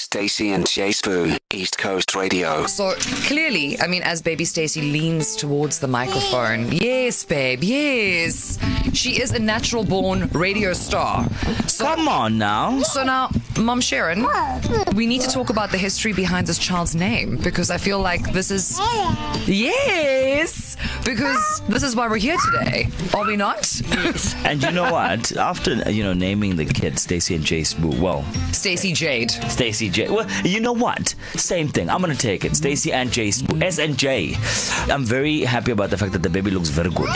Stacy and Jay Spoon, East Coast Radio. So clearly, I mean, as baby Stacy leans towards the microphone, yes, babe, yes. She is a natural born radio star. So, Come on now. so now, Mom Sharon, we need to talk about the history behind this child's name because I feel like this is. Yes! Because this is why we're here today. Are we not? And you know what? After you know naming the kid Stacy and Jay Spoon, well, Stacy Jade. Stacy J. Well, you know what? Same thing. I'm gonna take it. Stacy and J. Spoon. S and J. I'm very happy about the fact that the baby looks very good.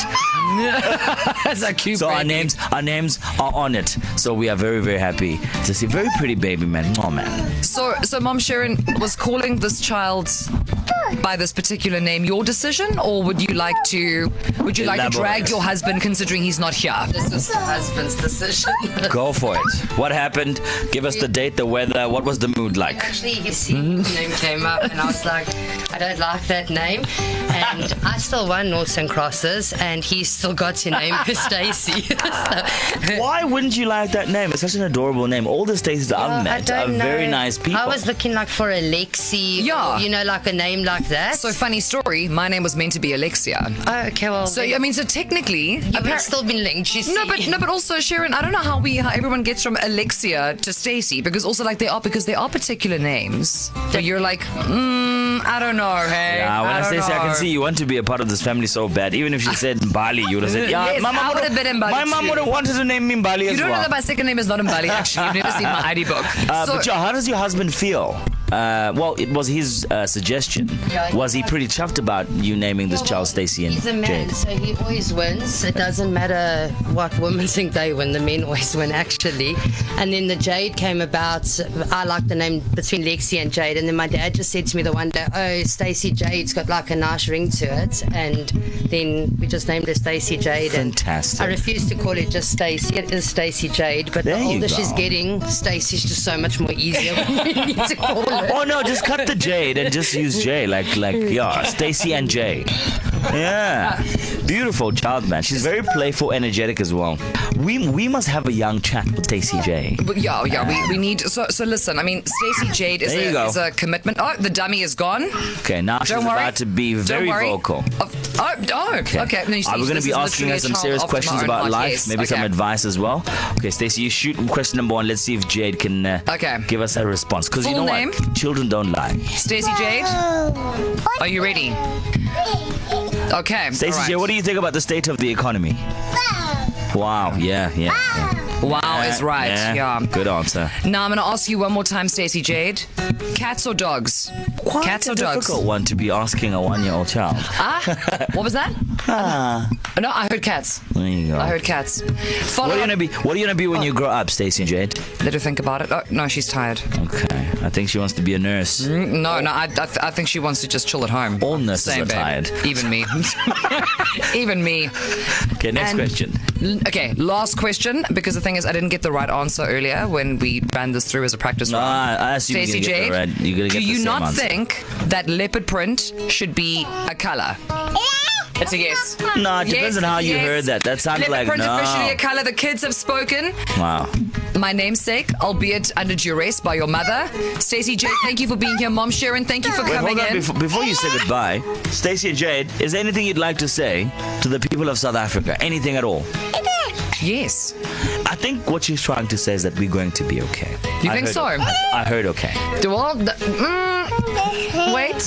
That's a cute So our baby. names, our names are on it. So we are very, very happy to see. Very pretty baby, man. Oh man. So, so Mom Sharon was calling this child by this particular name. Your decision, or would you like to? Would you like to drag Elaborate. your husband, considering he's not here? This is the husband's decision. Go for it. What happened? Give us the date, the weather. What was the mood like? Actually, you see, Hmm? the name came up, and I was like, I don't like that name. And I still won noughts and crosses, and he still got to name her Stacy. So- Why wouldn't you like that name? It's such an adorable name. All the Stacy's that Oh, Well, I've met are very nice people. I was looking like for Alexi, Yeah. or, you know, like a name like that. So, funny story. My name was meant to be Alexia. oh, okay, well, So, I mean, so technically, I've appar- still been linked. You see. No, but no, but also Sharon. I don't know how we how everyone gets from Alexia to Stacy because also like they are because they are particular names. But you're like, mm, I don't know, hey. Yeah, when I, don't say, say I can know." see you want to be a part of this family so bad. Even if she said Bali, you would have said, yeah, Yes, I would've would've- been in Bali My mom too. would have wanted to name me Bali You as don't know well. that my second name is not in Bali. Actually, you've never seen my ID book. uh, So- but yeah, how does your husband feel? Uh, well, it was his uh, suggestion. Yeah, was he pretty chuffed about you naming this Well, child Stacy and He's a man, Jade? so he always wins. It doesn't matter what women think they win, the men always win, actually. And then the Jade came about. I like the name between Lexi and Jade. And then my dad just said to me the one day, Oh, Stacey Jade's got like a nice ring to it. And then we just named her Stacey Jade. and Fantastic. I refuse to call it just Stacey. It is Stacey Jade. But There the you older she's go. getting, Stacey's just so much more easier. we need to call her. Oh no, just cut the Jade and just use Jay, like like yeah, Stacy and Jay. Yeah, beautiful child, man. She's very playful, energetic as well. We we must have a young chat with Stacy J. But yeah, yeah, we, we need. So, so listen, I mean, Stacey Jade is There you a, go. is a commitment. Oh, the dummy is gone. Okay, now she's Don't worry. about to be very Don't worry. vocal. Of- Oh, oh, okay. okay. No, you see, Are we going this to Uh, be is asking literally her a some child serious after my questions own about heart. life? Yes, Maybe some okay. advice as well. Okay, Stacey, you shoot question number one. Let's see if Jade can uh, Okay. give us a response. Because you Full know name? what? Children don't lie. Stacey Jade, are you ready? Okay. Stacey J, what do you think about the state of the economy? Wow, yeah, yeah. you? Wow, yeah. is Ah! right. Yeah. Good answer. Now I'm going to ask you one more time, Stacey Jade. Cats or dogs? Quite Cats a or dogs? difficult one to be asking a one-year-old child. Ah, what was that? No, I heard cats. There you go. I heard Oh. cats. Follow What are you up- gonna be? What are you gonna be when you grow up, Stacey Jade? Let her think about it. Oh, no, she's tired. Mm, Okay, I think she wants to be a nurse. No, no, I, I, th- I think she wants to just chill at home. All nurses Same, are babe. tired. Even me. Even me. Okay, next And- question. L- Okay, last question because the thing is, I didn't get the right answer earlier when we ran this through as a practice Ah, round. I assume you're Stacey gonna get Jade, the right- you're gonna do get the you same not answer. think that leopard print should be a color? It's a yes. No, it depends Yes, on how you yes. heard that. That sounds leopard like print no. officially a color. The kids have spoken. Wow. My namesake, albeit under duress by your mother, Stacey Jade. Thank you for being here, Mom Sharon. Thank you for Wait, coming hold on. in. Before, before you say goodbye, Stacey and Jade, is there anything you'd like to say to the people of South Africa? Anything at all? yes. I think what she's trying to say is that we're going to be okay. You I think heard so? okay. I heard okay. Do all the, mm, wait.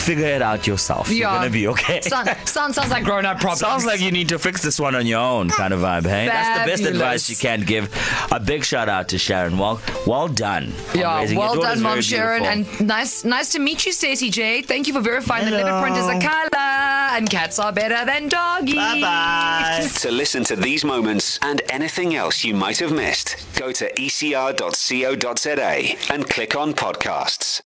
Figure it out yourself. Yeah. You're gonna be okay. Sound, sound sounds like grown up problems. Sounds like you need to fix this one on your own, kind of vibe. Hey, that's the best Fabulous. advice you can give. A big shout out to Sharon. Well, well done. on Yeah, raising your well daughters. done, Mom Very Sharon, beautiful. and nice, nice to meet you, Stacey J. Thank you for verifying that leopard print is a color, and cats are better than doggies. bye bye. To listen to these moments and anything else you E might have missed, go to ecr.co.za and click on podcasts.